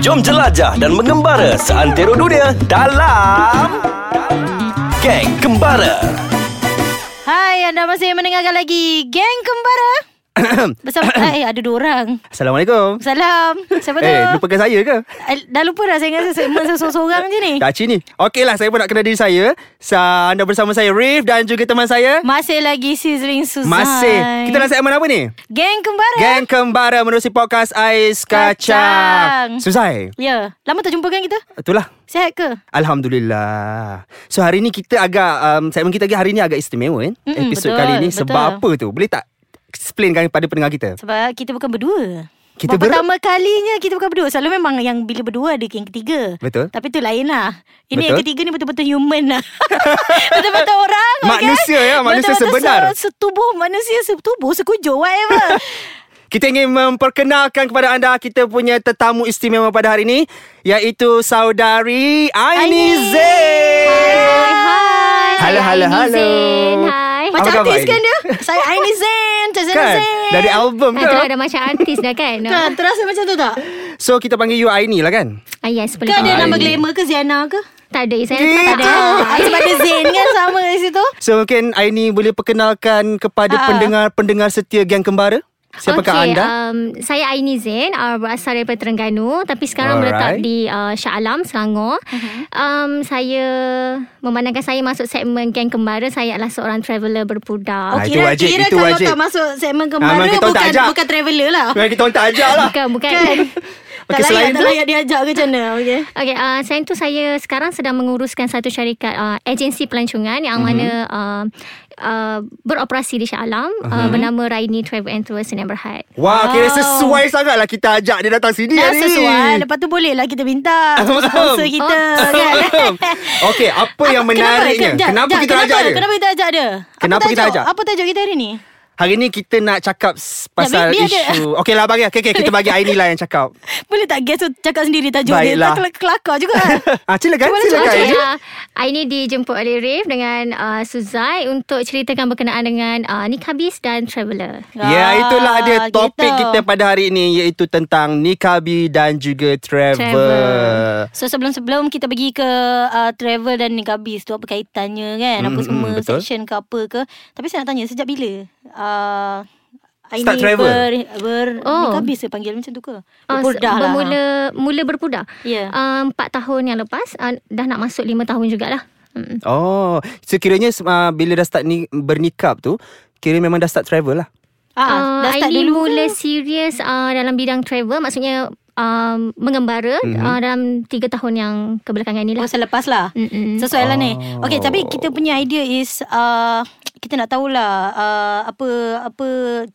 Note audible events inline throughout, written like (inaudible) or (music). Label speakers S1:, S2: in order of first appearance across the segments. S1: Jom jelajah dan mengembara seantero dunia dalam Geng Kembara.
S2: Hai, anda masih mendengarkan lagi Geng Kembara Bersama,
S3: (coughs)
S2: eh ada dua orang
S3: Assalamualaikum.
S2: Salam, siapa tu?
S3: Eh, lupakan saya ke?
S2: Eh, Dah lupa dah, saya ingat saya segmen saya seorang-seorang je ni
S3: Daci ni. Okeylah, saya pun nak kenal diri saya. Sa anda bersama saya Rif dan juga teman saya
S2: Masih lagi Sizzling Susan
S3: Masih. Kita dalam segmen apa
S2: Eh?
S3: ni?
S2: Geng Kembara
S3: Geng Kembara menerusi podcast Ais
S2: Kacang.
S3: Kacang. Susai.
S2: Ya, lama tak jumpa kan kita?
S3: Itulah.
S2: Sihat ke?
S3: Alhamdulillah. So hari ni kita agak um, segmen kita lagi hari ni agak istimewa kan?
S2: Mm-mm,
S3: Episod
S2: betul,
S3: kali ni
S2: betul.
S3: sebab apa tu? Boleh tak explainkan kepada pendengar kita?
S2: Sebab kita bukan berdua
S3: Kita
S2: Buat
S3: ber-
S2: pertama kalinya kita bukan berdua Selalu memang yang bila berdua ada yang ketiga
S3: Betul.
S2: Tapi tu lain lah Ini yang
S3: Betul.
S2: ketiga ni betul-betul human lah (laughs) Betul-betul orang okay?
S3: Manusia ya, manusia
S2: Betul-betul
S3: sebenar.
S2: se- Setubuh manusia Setubuh sekujur Whatever
S3: (laughs) Kita ingin memperkenalkan kepada anda kita punya tetamu istimewa pada hari ini iaitu saudari Aini
S2: Aini.
S3: Zain.
S2: Hai hai
S3: Halo halo halo.
S4: Hai.
S2: Macam
S3: Apa khabar,
S2: artis kan
S3: Aini?
S2: dia Saya Aini Zain Macam Zain
S3: Kan? Dari album
S4: Ha,
S3: ke?
S4: itulah dah macam artis dah kan
S2: Kan, terasa macam tu tak?
S3: So kita panggil you Aini lah kan?
S4: ah, Yes boleh
S2: Kan ada
S4: tak?
S2: nama glamour ke Ziana ke?
S4: Tak ada Saya tak
S3: Gitu.
S4: ada
S2: Ah, Sebab ada Zain kan sama kat situ
S3: So mungkin Aini boleh perkenalkan kepada
S2: Ha.
S3: pendengar-pendengar setia Gang Kembara. Siapakah
S4: okay,
S3: anda?
S4: Um, saya Aini Zain uh, Berasal daripada Terengganu Tapi sekarang
S3: Alright.
S4: berletak di uh, Shah Alam, Selangor
S2: Mhm.
S4: uh-huh. um, Saya Memandangkan saya masuk segmen Geng Kembara Saya adalah seorang traveller berpudar
S3: Ah,
S2: Kira,
S3: itu wajib,
S2: kira
S3: itu
S2: kalau
S3: wajib.
S2: tak masuk segmen
S3: Ah,
S2: kembara
S3: memang kita tak
S2: bukan,
S3: ajak.
S2: bukan traveller
S3: (laughs)
S2: lah
S3: Mari kita orang tak ajar lah.
S4: Bukan, bukan
S2: Kan? tak
S3: Okey,
S2: layak, tak
S3: selain tu? Ya,
S2: layak diajak ke macam mana okay.
S4: Okey, uh, selain tu saya sekarang sedang menguruskan satu syarikat uh, agensi pelancongan yang mm-hmm. mana uh, uh, beroperasi di Shah Alam uh, bernama Raini Travel and Tours Sdn Berhad.
S3: Wah, kira sesuai sangatlah kita ajak dia datang sini
S2: Dah
S3: hari ni.
S2: sesuai Lepas tu boleh lah kita minta Sponsor kita kan?
S3: (laughs) Okey, apa yang menariknya?
S2: Kenapa,
S3: Kenapa, kita
S2: kenapa,
S3: ajak dia?
S2: Kenapa kita ajak dia?
S3: Kenapa
S2: apa
S3: kita
S2: tajuk?
S3: ajak?
S2: Apa tajuk kita hari ni?
S3: Hari ni kita nak cakap s- pasal
S2: biar dia-
S3: isu. (laughs) Okey lah bagi. Okey, okay, kita bagi Aini lah yang
S2: (laughs)
S3: cakap.
S2: Boleh tak guess tu cakap sendiri tajuk
S3: Baiklah.
S2: dia? Tak kelakar juga kan?
S3: ah, silakan,
S2: Cuba lah
S3: silakan.
S2: cakap.
S3: Aini.
S4: Okey, uh, Aini dijemput oleh Rif dengan uh, Suzai untuk ceritakan berkenaan dengan uh, nikabis dan traveller.
S3: (laughs) Ya, itulah dia
S2: Ah,
S3: topik
S2: gitu.
S3: kita pada hari ini iaitu tentang nikabi dan juga travel.
S4: Travel.
S2: So sebelum-sebelum kita pergi ke uh, travel dan nikabis tu apa kaitannya kan apa
S3: Mm, mm,
S2: semua
S3: betul.
S2: section ke apa ke tapi saya nak tanya sejak bila uh,
S3: Start travel?
S2: ber, ber oh.
S4: Oh.
S2: nikabis saya panggil macam tu ke
S4: Uh,
S2: berpurdah lah
S4: bermula, Mula berpudar.
S2: Ya.
S4: Uh, 4 tahun yang lepas, uh, dah nak masuk 5 tahun jugalah. Mm.
S3: Oh, sekiranya so, uh, bila dah start ni bernikab tu, kira memang dah start travel lah.
S2: ah,
S4: uh,
S2: dah start
S4: Aini
S2: dulu
S4: mula
S2: ke?
S4: serius uh, dalam bidang travel maksudnya um, mengembara mm-hmm. uh, dalam 3 tahun yang kebelakangan ni
S2: Oh
S4: lah.
S2: selepas lah
S4: Mm-mm.
S2: Sesuai lah ni
S3: Oh.
S2: Okay tapi kita punya idea is uh, Kita nak tahulah uh, Apa Apa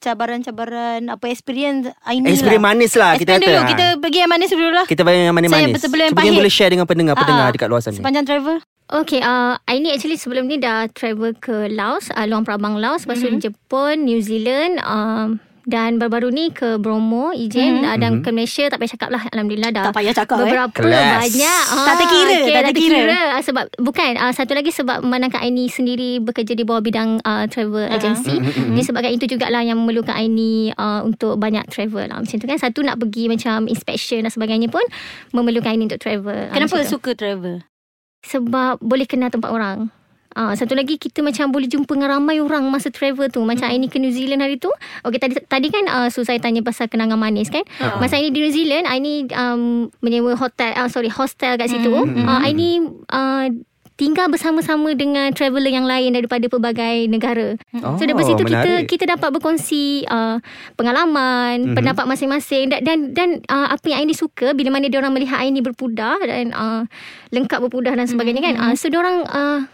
S2: Cabaran-cabaran Apa experience Aini
S3: Experience
S2: lah
S3: manis lah kita
S2: Experience
S3: kata,
S2: dulu
S3: ha.
S2: Kita pergi yang manis dulu lah
S3: Kita bayar yang
S2: Saya
S3: mana-manis.
S2: betul- belum yang
S3: Sebagian
S2: pahit.
S3: boleh share dengan pendengar-pendengar
S2: Ah, ah.
S3: dekat luar sana.
S2: Sepanjang travel
S4: Okay, uh, Aini actually sebelum ni dah travel ke Laos, uh, Luang Prabang Laos,
S2: Mhm.
S4: lepas mm-hmm. tu Jepun, New Zealand um, dan baru-baru ni ke Bromo, Ijen mm-hmm. uh, dan ke Malaysia tak payah cakap lah. Alhamdulillah dah.
S2: Mhm. Tak payah cakap, eh.
S4: Beberapa
S3: Kelas.
S4: banyak. ah,
S2: Tak terkira,
S4: okey,
S2: tak
S4: dah
S2: terkira.
S4: Ah, sebab bukan uh, satu lagi sebab memandangkan Aini sendiri bekerja di bawah bidang uh,
S2: Mhm.
S4: travel
S3: Mm,
S4: agency. Jadi sebabkan itu jugalah yang memerlukan Aini uh, untuk banyak travel lah. Macam tu kan. Satu nak pergi macam inspection dan sebagainya pun memerlukan Aini untuk travel. Ah,
S2: Kenapa
S4: macam tu.
S2: suka travel?
S4: Sebab boleh kenal tempat orang. Ah, satu lagi kita macam boleh jumpa dengan ramai orang masa travel tu. Macam Aini ke New Zealand hari tu. Okey tadi tadi kan uh, Su saya tanya pasal kenangan manis kan.
S3: Ha.
S4: Masa Aini di New Zealand, Aini um, menyewa hotel uh, sorry hostel kat situ.
S2: Hmm.
S4: Ah, Aini uh, tinggal bersama-sama dengan traveller yang lain daripada pelbagai negara. So daripada situ
S3: menarik.
S4: kita kita dapat berkongsi uh, pengalaman, mm-hmm. pendapat masing-masing dan dan, dan uh, apa yang Aini suka bila mana dia orang melihat Aini berpudar dan uh, lengkap berpudar dan sebagainya mm-hmm. kan. Uh, so dia orang uh,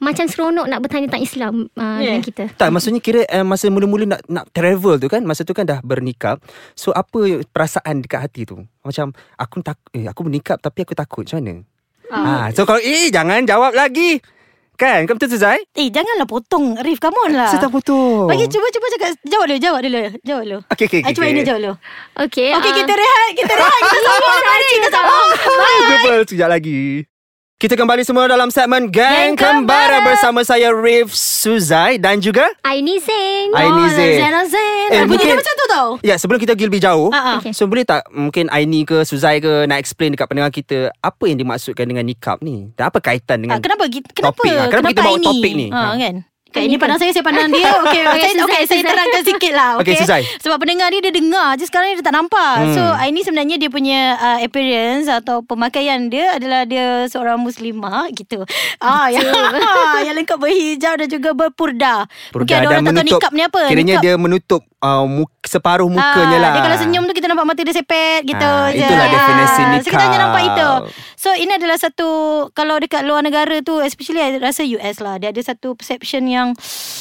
S4: macam seronok nak bertanya tentang Islam uh,
S2: Yeah.
S4: yeah. dengan kita.
S3: Tak maksudnya kira eh, masa mula-mula nak nak travel tu kan masa tu kan dah bernikah. So apa perasaan dekat hati tu? Macam aku tak eh aku bernikah tapi aku takut macam mana? Ah. so kalau eh jangan jawab lagi. Kan? Kau betul tu Zai?
S2: Eh janganlah potong Arif come on lah
S3: Saya tak betul.
S2: Bagi cuba cuba cakap Jawab dulu Jawab dulu Jawab dulu
S3: Okey, okey,
S2: Ah,
S3: okey,
S2: Cuba
S3: okey.
S2: ini jawab dulu Okay
S4: Okey. ah,
S2: (laughs)
S3: Oh,
S2: kita rehat Kita rehat Kita sambung Kita sambung
S3: Travel sekejap lagi. Kita kembali semula dalam segmen Gang
S4: Geng
S3: Kembara
S4: Kembara.
S3: bersama saya Rif Suzai dan juga
S4: Aini Zain.
S3: Aini Zain.
S2: Oh, Zainal Zain
S3: Eh,
S2: eh, Bunyi dia
S3: mungkin-
S2: macam tu tau
S3: Ya, sebelum kita pergi lebih jauh,
S2: Ah, ah.
S3: okay. so boleh tak mungkin Aini ke Suzai ke nak explain dekat pendengar kita apa yang dimaksudkan dengan nikab ni? Dan apa
S2: ah,
S3: kaitan dengan
S2: Kenapa gi- Kenapa
S3: topik, ah. Kenapa kita bawa
S2: Aini?
S3: topik ni?
S2: ah,
S3: Ah.
S2: kan Kak
S4: Aini
S2: ini
S4: ke?
S2: pandang saya Saya pandang (laughs) dia Okay, okay,
S4: Okay,
S2: saya,
S4: Suzai,
S2: okay saya
S4: Suzai.
S2: terangkan sikit lah
S3: Okay,
S2: okay?
S3: Suzai.
S2: Sebab pendengar ni dia dengar je Sekarang dia tak nampak
S3: Hmm.
S2: So Aini sebenarnya Dia punya uh, appearance Atau pemakaian dia Adalah dia seorang muslimah Gitu ah, yang, (laughs) yang lengkap berhijau Dan juga berpurda Mungkin ada orang tak tahu nikab ni apa
S3: Kiranya
S2: Niqab-
S3: dia menutup uh, mu- separuh mukanya
S2: Ah,
S3: lah.
S2: Dia kalau senyum tu kita nampak mata dia sepet gitu
S3: Ah,
S2: je.
S3: itulah definisi
S2: Ah, So kita hanya
S3: nikab.
S2: nampak itu. So ini adalah satu kalau dekat luar negara tu especially I rasa US lah dia ada satu perception yang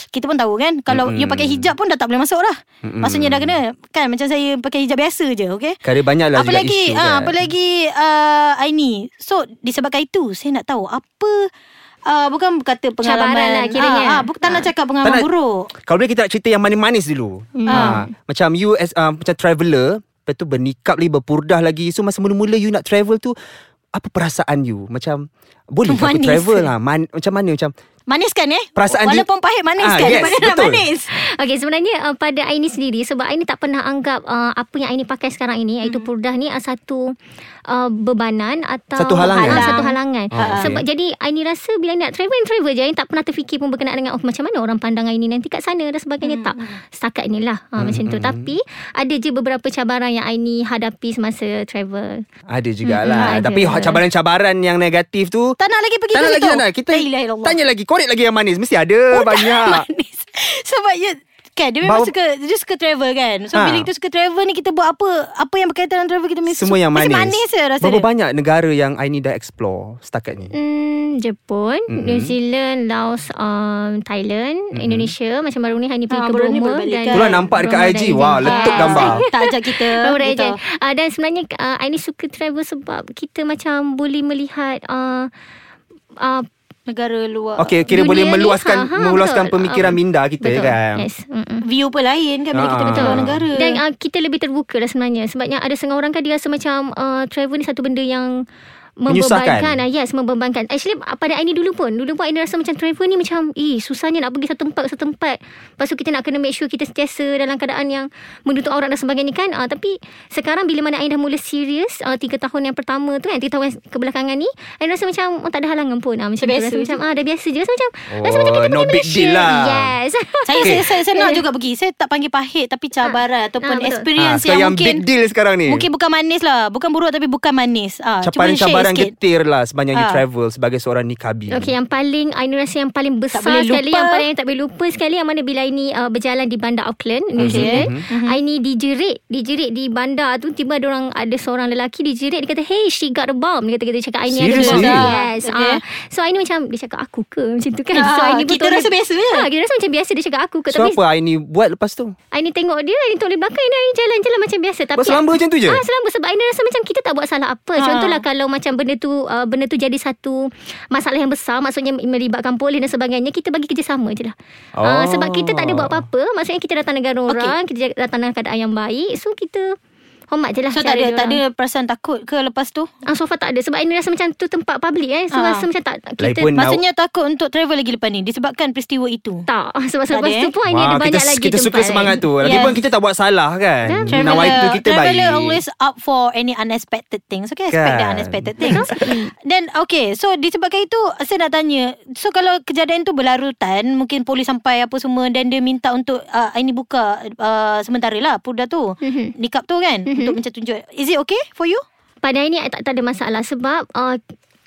S2: kita pun tahu kan kalau
S3: Mm-mm.
S2: you pakai hijab pun dah tak boleh masuk lah.
S3: Mm-mm.
S2: Maksudnya dah kena kan macam saya pakai hijab biasa je okay.
S3: Kerana banyaklah
S2: Apa
S3: juga
S2: lagi,
S3: isu
S2: ah,
S3: kan.
S2: apa lagi uh, Aini So disebabkan itu Saya nak tahu Apa uh, Bukan kata pengalaman
S4: Cabaran lah kiranya.
S2: ah, ah, bu- Tak nak cakap pengalaman
S3: Tak nak-
S2: buruk
S3: Kalau boleh kita nak cerita yang manis-manis dulu.
S4: Hmm.
S3: Ha, macam you as uh, macam traveller, lepas tu bernikab lagi, berpurdah lagi. So masa mula-mula you nak travel tu apa perasaan you? Macam boleh ke aku
S2: Manis.
S3: travel lah. Man, macam mana macam
S2: Manis kan eh
S3: Perasaan dia-
S2: Walaupun pahit manis
S3: Ah,
S2: kan
S3: yes,
S2: Daripada nak
S3: betul.
S2: manis
S4: Okay sebenarnya uh, pada Aini sendiri sebab Aini tak pernah anggap uh, apa yang Aini pakai sekarang ini
S2: Hmm.
S4: iaitu purdah ni uh, satu uh, bebanan atau
S3: Satu halangan.
S4: Ah, satu halangan.
S3: Ah, okay.
S4: Sebab jadi Aini rasa bila Aini nak travel Aini travel je Aini tak pernah terfikir pun berkenaan dengan oh, macam mana orang pandang Aini nanti kat sana dan
S2: Hmm.
S4: sebagainya tak. Setakat inilah uh,
S3: Hmm.
S4: macam tu tapi ada je beberapa cabaran yang Aini hadapi semasa travel.
S3: ada jugalah.
S4: Hmm, ada.
S3: Tapi cabaran-cabaran yang negatif tu
S2: Tak nak lagi pergi
S3: tak
S2: ke
S3: nak lagi
S2: situ
S3: tak nak. Kita
S2: La ilaha illallah.
S3: tanya lagi, korek lagi yang manis. Mesti
S2: Oh,
S3: ada banyak.
S2: (laughs) Manis Sebab ya Kan dia memang
S3: Bawa-
S2: suka Dia suka travel kan So
S3: Ha.
S2: bila kita suka travel ni Kita buat apa Apa yang berkaitan dengan travel Kita mesti
S3: Semua yang manis.
S2: Mesti manis je rasa
S3: Berapa
S2: dia
S3: banyak negara yang Aini dah explore setakat ni?
S4: Hmm, Jepun,
S3: Mm-mm.
S4: mm-hmm. New Zealand, Laos, um, Thailand, mm-hmm. Indonesia. Macam baru ni hanya pergi
S2: Ah,
S4: ke
S2: baru ni
S4: Burma
S2: baru balik
S4: dan
S2: kan.
S3: Itulah Hmm. nampak dekat
S4: Burma
S3: IG.
S4: dan
S3: Wah,
S4: Zimbabwe.
S2: (laughs)
S3: letup
S2: Ah,
S3: gambar.
S2: Tak ajak kita
S4: Baru dah
S2: gitu.
S4: agent. Uh, dan sebenarnya uh, I ni suka travel sebab kita macam boleh melihat uh, uh,
S2: Negara luar
S3: Okay, kira
S4: Dunia
S3: boleh
S4: ni,
S3: meluaskan
S4: ha, ha,
S3: meluaskan
S4: betul.
S3: pemikiran
S4: Ah,
S3: minda kita
S4: betul.
S3: kan.
S4: Yes. Mm-mm.
S2: View pun lain kan Bila kita
S3: Ah.
S2: pergi luar negara
S4: Dan uh, kita lebih terbuka lah sebenarnya Sebabnya ada setengah orang kan Dia rasa macam uh, Travel ni satu benda yang
S3: Menyusahkan.
S4: Membebankan ah, Yes membebankan Actually ah, pada Aini dulu pun Dulu pun Aini rasa macam Travel ni macam Eh susahnya nak pergi satu tempat ke Satu tempat Lepas tu kita nak kena make sure Kita sentiasa dalam keadaan yang Menutup aurat dan sebagainya kan ah, Tapi sekarang bila mana Aini dah mula serius ah, Tiga tahun yang pertama tu kan Tiga tahun yang kebelakangan ni Aini rasa macam oh, Tak ada halangan pun ah, Macam
S2: Dah
S4: tu
S2: biasa
S4: rasa
S2: je.
S4: macam ah, Dah biasa je Rasa macam
S3: Oh,
S4: Rasa macam
S3: no
S4: kita pergi
S3: big
S4: Malaysia
S3: deal lah.
S4: Yes
S2: saya,
S3: Okay.
S2: saya, saya,
S4: (laughs)
S2: saya nak juga pergi Saya tak panggil pahit Tapi cabaran Ataupun
S3: Ah,
S4: Eh. Ah, betul.
S2: experience yang
S3: sekarang yang
S2: mungkin
S3: big deal sekarang ni.
S2: Mungkin bukan manis lah Bukan buruk tapi bukan manis ah, Cuma share
S3: Cabaran-cabaran
S2: sikit
S3: getir lah sepanjang you
S2: Ah.
S3: travel sebagai seorang nikabi.
S4: Ha. Okay yang paling Aini rasa yang paling besar
S2: boleh
S4: sekali
S2: lupa.
S4: Yang paling tak boleh lupa sekali Yang mana bila Aini uh, berjalan di bandar Auckland New
S3: Mhm,
S4: Zealand Aini dijerit Dijerit di bandar tu Tiba ada orang ada seorang lelaki Dijerit dia kata Hey she got a bomb Dia kata-kata cakap Aini ada
S3: Seriously?
S4: bomb Yes
S2: Okay.
S4: okay. uh, So Aini macam Dia cakap aku ke Macam tu kan So
S2: Ah,
S4: Aini pun
S2: kita
S4: toleh-
S2: rasa biasa je.
S4: Ah, Kita rasa macam biasa Dia cakap aku ke
S3: So
S4: Tapi
S3: apa Aini buat lepas tu?
S4: Aini tengok dia Aini toleh belakang Aini, Aini jalan-jalan macam biasa Tapi
S3: Buat selamba macam
S2: Ya.
S3: tu je?
S4: Ah, selamba sebab Aina rasa macam kita tak buat salah apa.
S2: Ha.
S4: Ha. Contohlah kalau macam benda tu uh, benda tu jadi satu masalah yang besar, maksudnya melibatkan polis dan sebagainya, kita bagi kerjasama je lah. Oh.
S3: Oh.
S4: Uh, sebab kita tak ada buat apa-apa, maksudnya kita datang negara
S2: Okey.
S4: orang, kita jaga- datang dalam keadaan yang baik, so kita hormat je lah.
S2: So tak ada, tak ada perasaan takut ke lepas tu?
S4: Ah, so far tak ada sebab Aina rasa macam tu tempat public eh. So
S2: Ha.
S4: rasa macam tak kita
S3: Lagipun- Now-
S2: Maksudnya takut untuk travel lagi lepas ni Disebabkan peristiwa itu
S4: tak (laughs) sebab selepas
S2: ada,
S4: tu
S2: eh?
S4: pun Aina ada
S3: kita,
S4: banyak lagi
S3: kita
S4: tempat.
S3: suka semangat
S4: (laughs)
S3: tu. Lagipun
S2: Yes.
S3: kita tak buat salah kan. Nawaitu
S4: Kan?
S2: Traveller-
S3: kita baik.
S2: Traveller always up for any unexpected things Okay, expect
S3: Kan.
S2: the unexpected things Then okay So disebabkan itu Saya nak tanya So kalau kejadian tu berlarutan Mungkin polis sampai apa semua Dan dia minta untuk uh, Ini buka uh, Sementara lah Purda tu
S4: Mhm.
S2: Nikap tu kan
S4: Mhm.
S2: Untuk macam tunjuk Is it okay for you?
S4: Pada hari ni I tak, tak ada masalah sebab uh,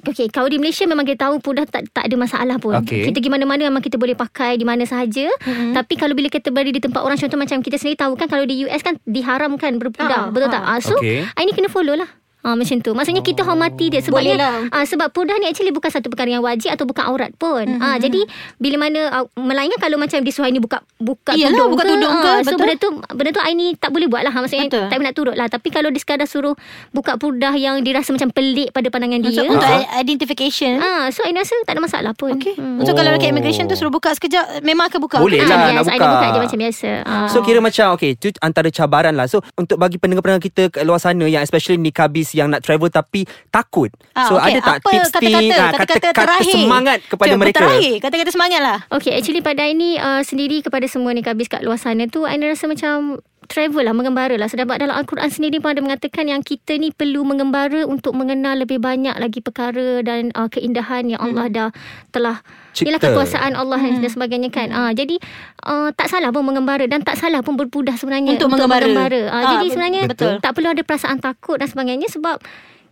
S4: Okay, kalau di Malaysia memang kita tahu pun dah tak, tak ada masalah pun.
S3: Okey.
S4: Kita pergi mana-mana memang kita boleh pakai di mana sahaja.
S2: Mhm.
S4: Tapi kalau bila kita berada di tempat orang, contoh macam kita sendiri tahu kan kalau di US kan diharamkan
S2: Ah,
S4: berpudar. betul
S2: ah.
S4: tak? Ah, so,
S3: Okey. Oh.
S4: I ni kena follow lah. Ah, macam tu Maksudnya kita hormati dia
S2: Boleh
S4: Sebabnya
S2: lah.
S4: ah, Sebab pudar ni actually Bukan satu perkara yang wajib Atau bukan aurat pun
S2: Mm-hmm.
S4: ah, Jadi Bila mana ah, Melainkan kalau macam Disuruh ni buka Buka
S2: Iyalah,
S4: tudung
S2: buka
S4: ke,
S2: tudung ke,
S4: ah,
S2: betul.
S4: So benda tu Benda tu I ni tak boleh buat lah Maksudnya
S2: Betul.
S4: tak boleh nak turut lah Tapi kalau dia sekadar suruh Buka purdah yang Dia rasa macam pelik Pada pandangan
S2: Untuk,
S4: dia
S2: untuk
S4: Ah,
S2: identification
S4: ah, So I rasa tak ada masalah pun
S2: Okay.
S4: Hmm.
S2: So kalau dekat
S3: Oh.
S2: immigration tu suruh buka sekejap memang akan buka.
S3: Boleh
S4: Ah,
S3: lah
S4: yes,
S3: nak
S4: I
S3: buka.
S4: buka je macam biasa ah.
S3: So kira macam Okay tu antara cabaran lah So untuk bagi pendengar-pendengar kita Kat luar sana Yang especially nikabis audience yang nak travel tapi takut.
S2: Ah,
S3: so
S2: okey.
S3: ada tak
S2: Apa
S3: tips-tips
S2: kata-kata,
S3: ah,
S2: kata-kata terakhir.
S3: semangat kepada
S2: Jom,
S3: mereka?
S2: Terakhir, kata-kata semangat lah.
S4: Okay, actually pada ini uh, sendiri kepada semua ni kabis kat luar sana tu, Aina rasa macam travel lah, mengembara lah. Sebab dalam Al-Quran sendiri pun ada mengatakan yang kita ni perlu mengembara untuk mengenal lebih banyak lagi perkara dan uh, keindahan yang Allah dah telah
S3: Hmm. Cipta.
S4: Ialah kekuasaan Allah hmm. dan sebagainya kan. Ah, jadi uh, tak salah pun mengembara dan tak salah pun berpudah sebenarnya
S2: Untuk mengembara. Ah,
S4: Ah, jadi
S2: betul.
S4: sebenarnya
S2: Betul.
S4: betul. tak perlu ada perasaan takut dan sebagainya sebab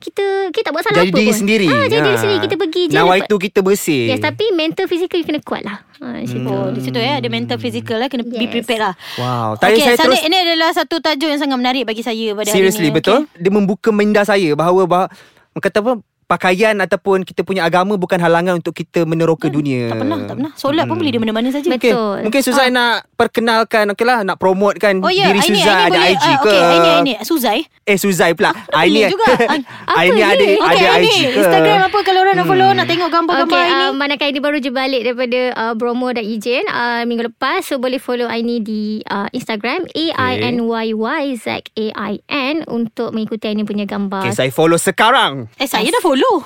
S4: kita kita tak buat salah
S3: Jadi
S4: apa
S3: diri
S4: pun.
S3: sendiri.
S4: Ah, jadi diri
S3: Ah.
S4: sendiri kita pergi je.
S3: Nawaitu
S4: lepas-
S3: kita bersih.
S4: Yes, tapi mental fizikal you kena kuat lah.
S3: Hmm.
S4: Ha, macam tu.
S2: Oh, di situ ya ada mental physical lah kena yes. be
S4: Yes.
S2: prepared lah.
S3: Wow. Tanya
S2: Okey,
S3: saya
S2: Sanik,
S3: terus-
S2: ini adalah satu tajuk yang sangat menarik bagi saya pada
S3: Seriously
S2: hari ini.
S3: betul okay. Dia membuka minda saya Bahawa, bahawa Kata apa Pakaian ataupun Kita punya agama Bukan halangan untuk kita Meneroka dunia
S2: Hmm, Tak pernah, tak pernah. Solat
S3: Hmm.
S2: pun boleh di mana-mana saja.
S3: Okay.
S4: Betul.
S3: Mungkin Suzai ah. nak perkenalkan okay lah, Nak promotekan
S2: Oh ya,
S3: Diri
S2: Aini,
S3: Suzai
S2: Aini
S3: Ada
S2: boleh,
S3: IG
S2: ah,
S3: ke
S2: Okey, Aini, Aini. Suzai.
S3: Eh Suzai pula
S2: dah beli
S3: Aini
S2: juga.
S4: Apa
S3: Aini
S4: ni?
S3: ada,
S2: Okey, Aini.
S3: ada IG ke Hmm.
S2: Instagram apa kalau orang nak follow, nak tengok
S4: Okay,
S2: gambar-gambar Aini.
S4: uh, manakala ini baru je balik daripada uh, Bromo dan Ijen uh, minggu lepas. So, boleh follow Aini di uh, Instagram A-I-N-Y-Y-Z-A-I-N untuk mengikuti Aini punya gambar.
S3: Okay saya follow
S2: (laughs)
S3: sekarang
S4: um,
S2: Eh, saya dah
S3: (laughs)
S2: follow.
S3: Wow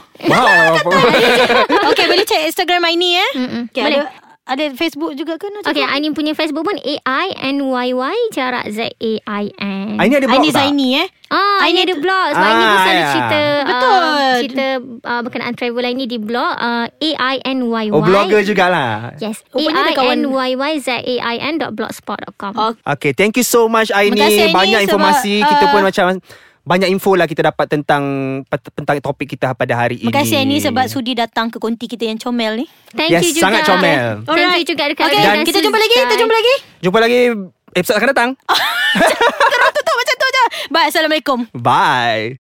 S2: Okey, boleh check Instagram Aini eh.
S4: Mm-mm.
S2: Okay,
S4: Hmm. Boleh.
S2: ada, ada Facebook juga ke? Najwa?
S4: Okay, Aini punya Facebook pun A-I-N-Y-Y jarak Z-A-I-N.
S3: Aini ada blog
S2: Aini
S3: tak?
S2: Zaini eh.
S4: Ah, Aini ada blog sebab Aini pun
S3: Ah,
S4: selalu
S3: ya.
S4: cerita
S2: Betul.
S4: Uh, cerita uh, berkenaan travel Aini di blog uh, A-I-N-Y-Y.
S3: Oh blogger jugalah
S4: Yes.
S2: Rupanya ada kawan-
S4: A-I-N-Y-Y-Z-A-I-N dot blogspot.com.
S2: Oh,
S3: Okay, thank you so much Aini.
S2: Terima kasih, Aini,
S3: banyak
S2: sebab,
S3: informasi kita
S2: uh,
S3: pun macam banyak info lah kita dapat tentang tentang topik kita pada hari ini.
S2: Terima kasih Aini sebab sudi datang ke konti kita yang comel ni.
S4: Thank
S3: Yes,
S4: you juga.
S3: sangat comel.
S4: Thank you juga dekat
S2: okay,
S4: Rina
S2: kita jumpa lagi, kita
S4: Suzai.
S2: jumpa lagi.
S3: Jumpa
S2: Oh.
S3: lagi episod akan datang.
S2: Tutup macam tu je. Bye, Assalamualaikum.
S3: Bye.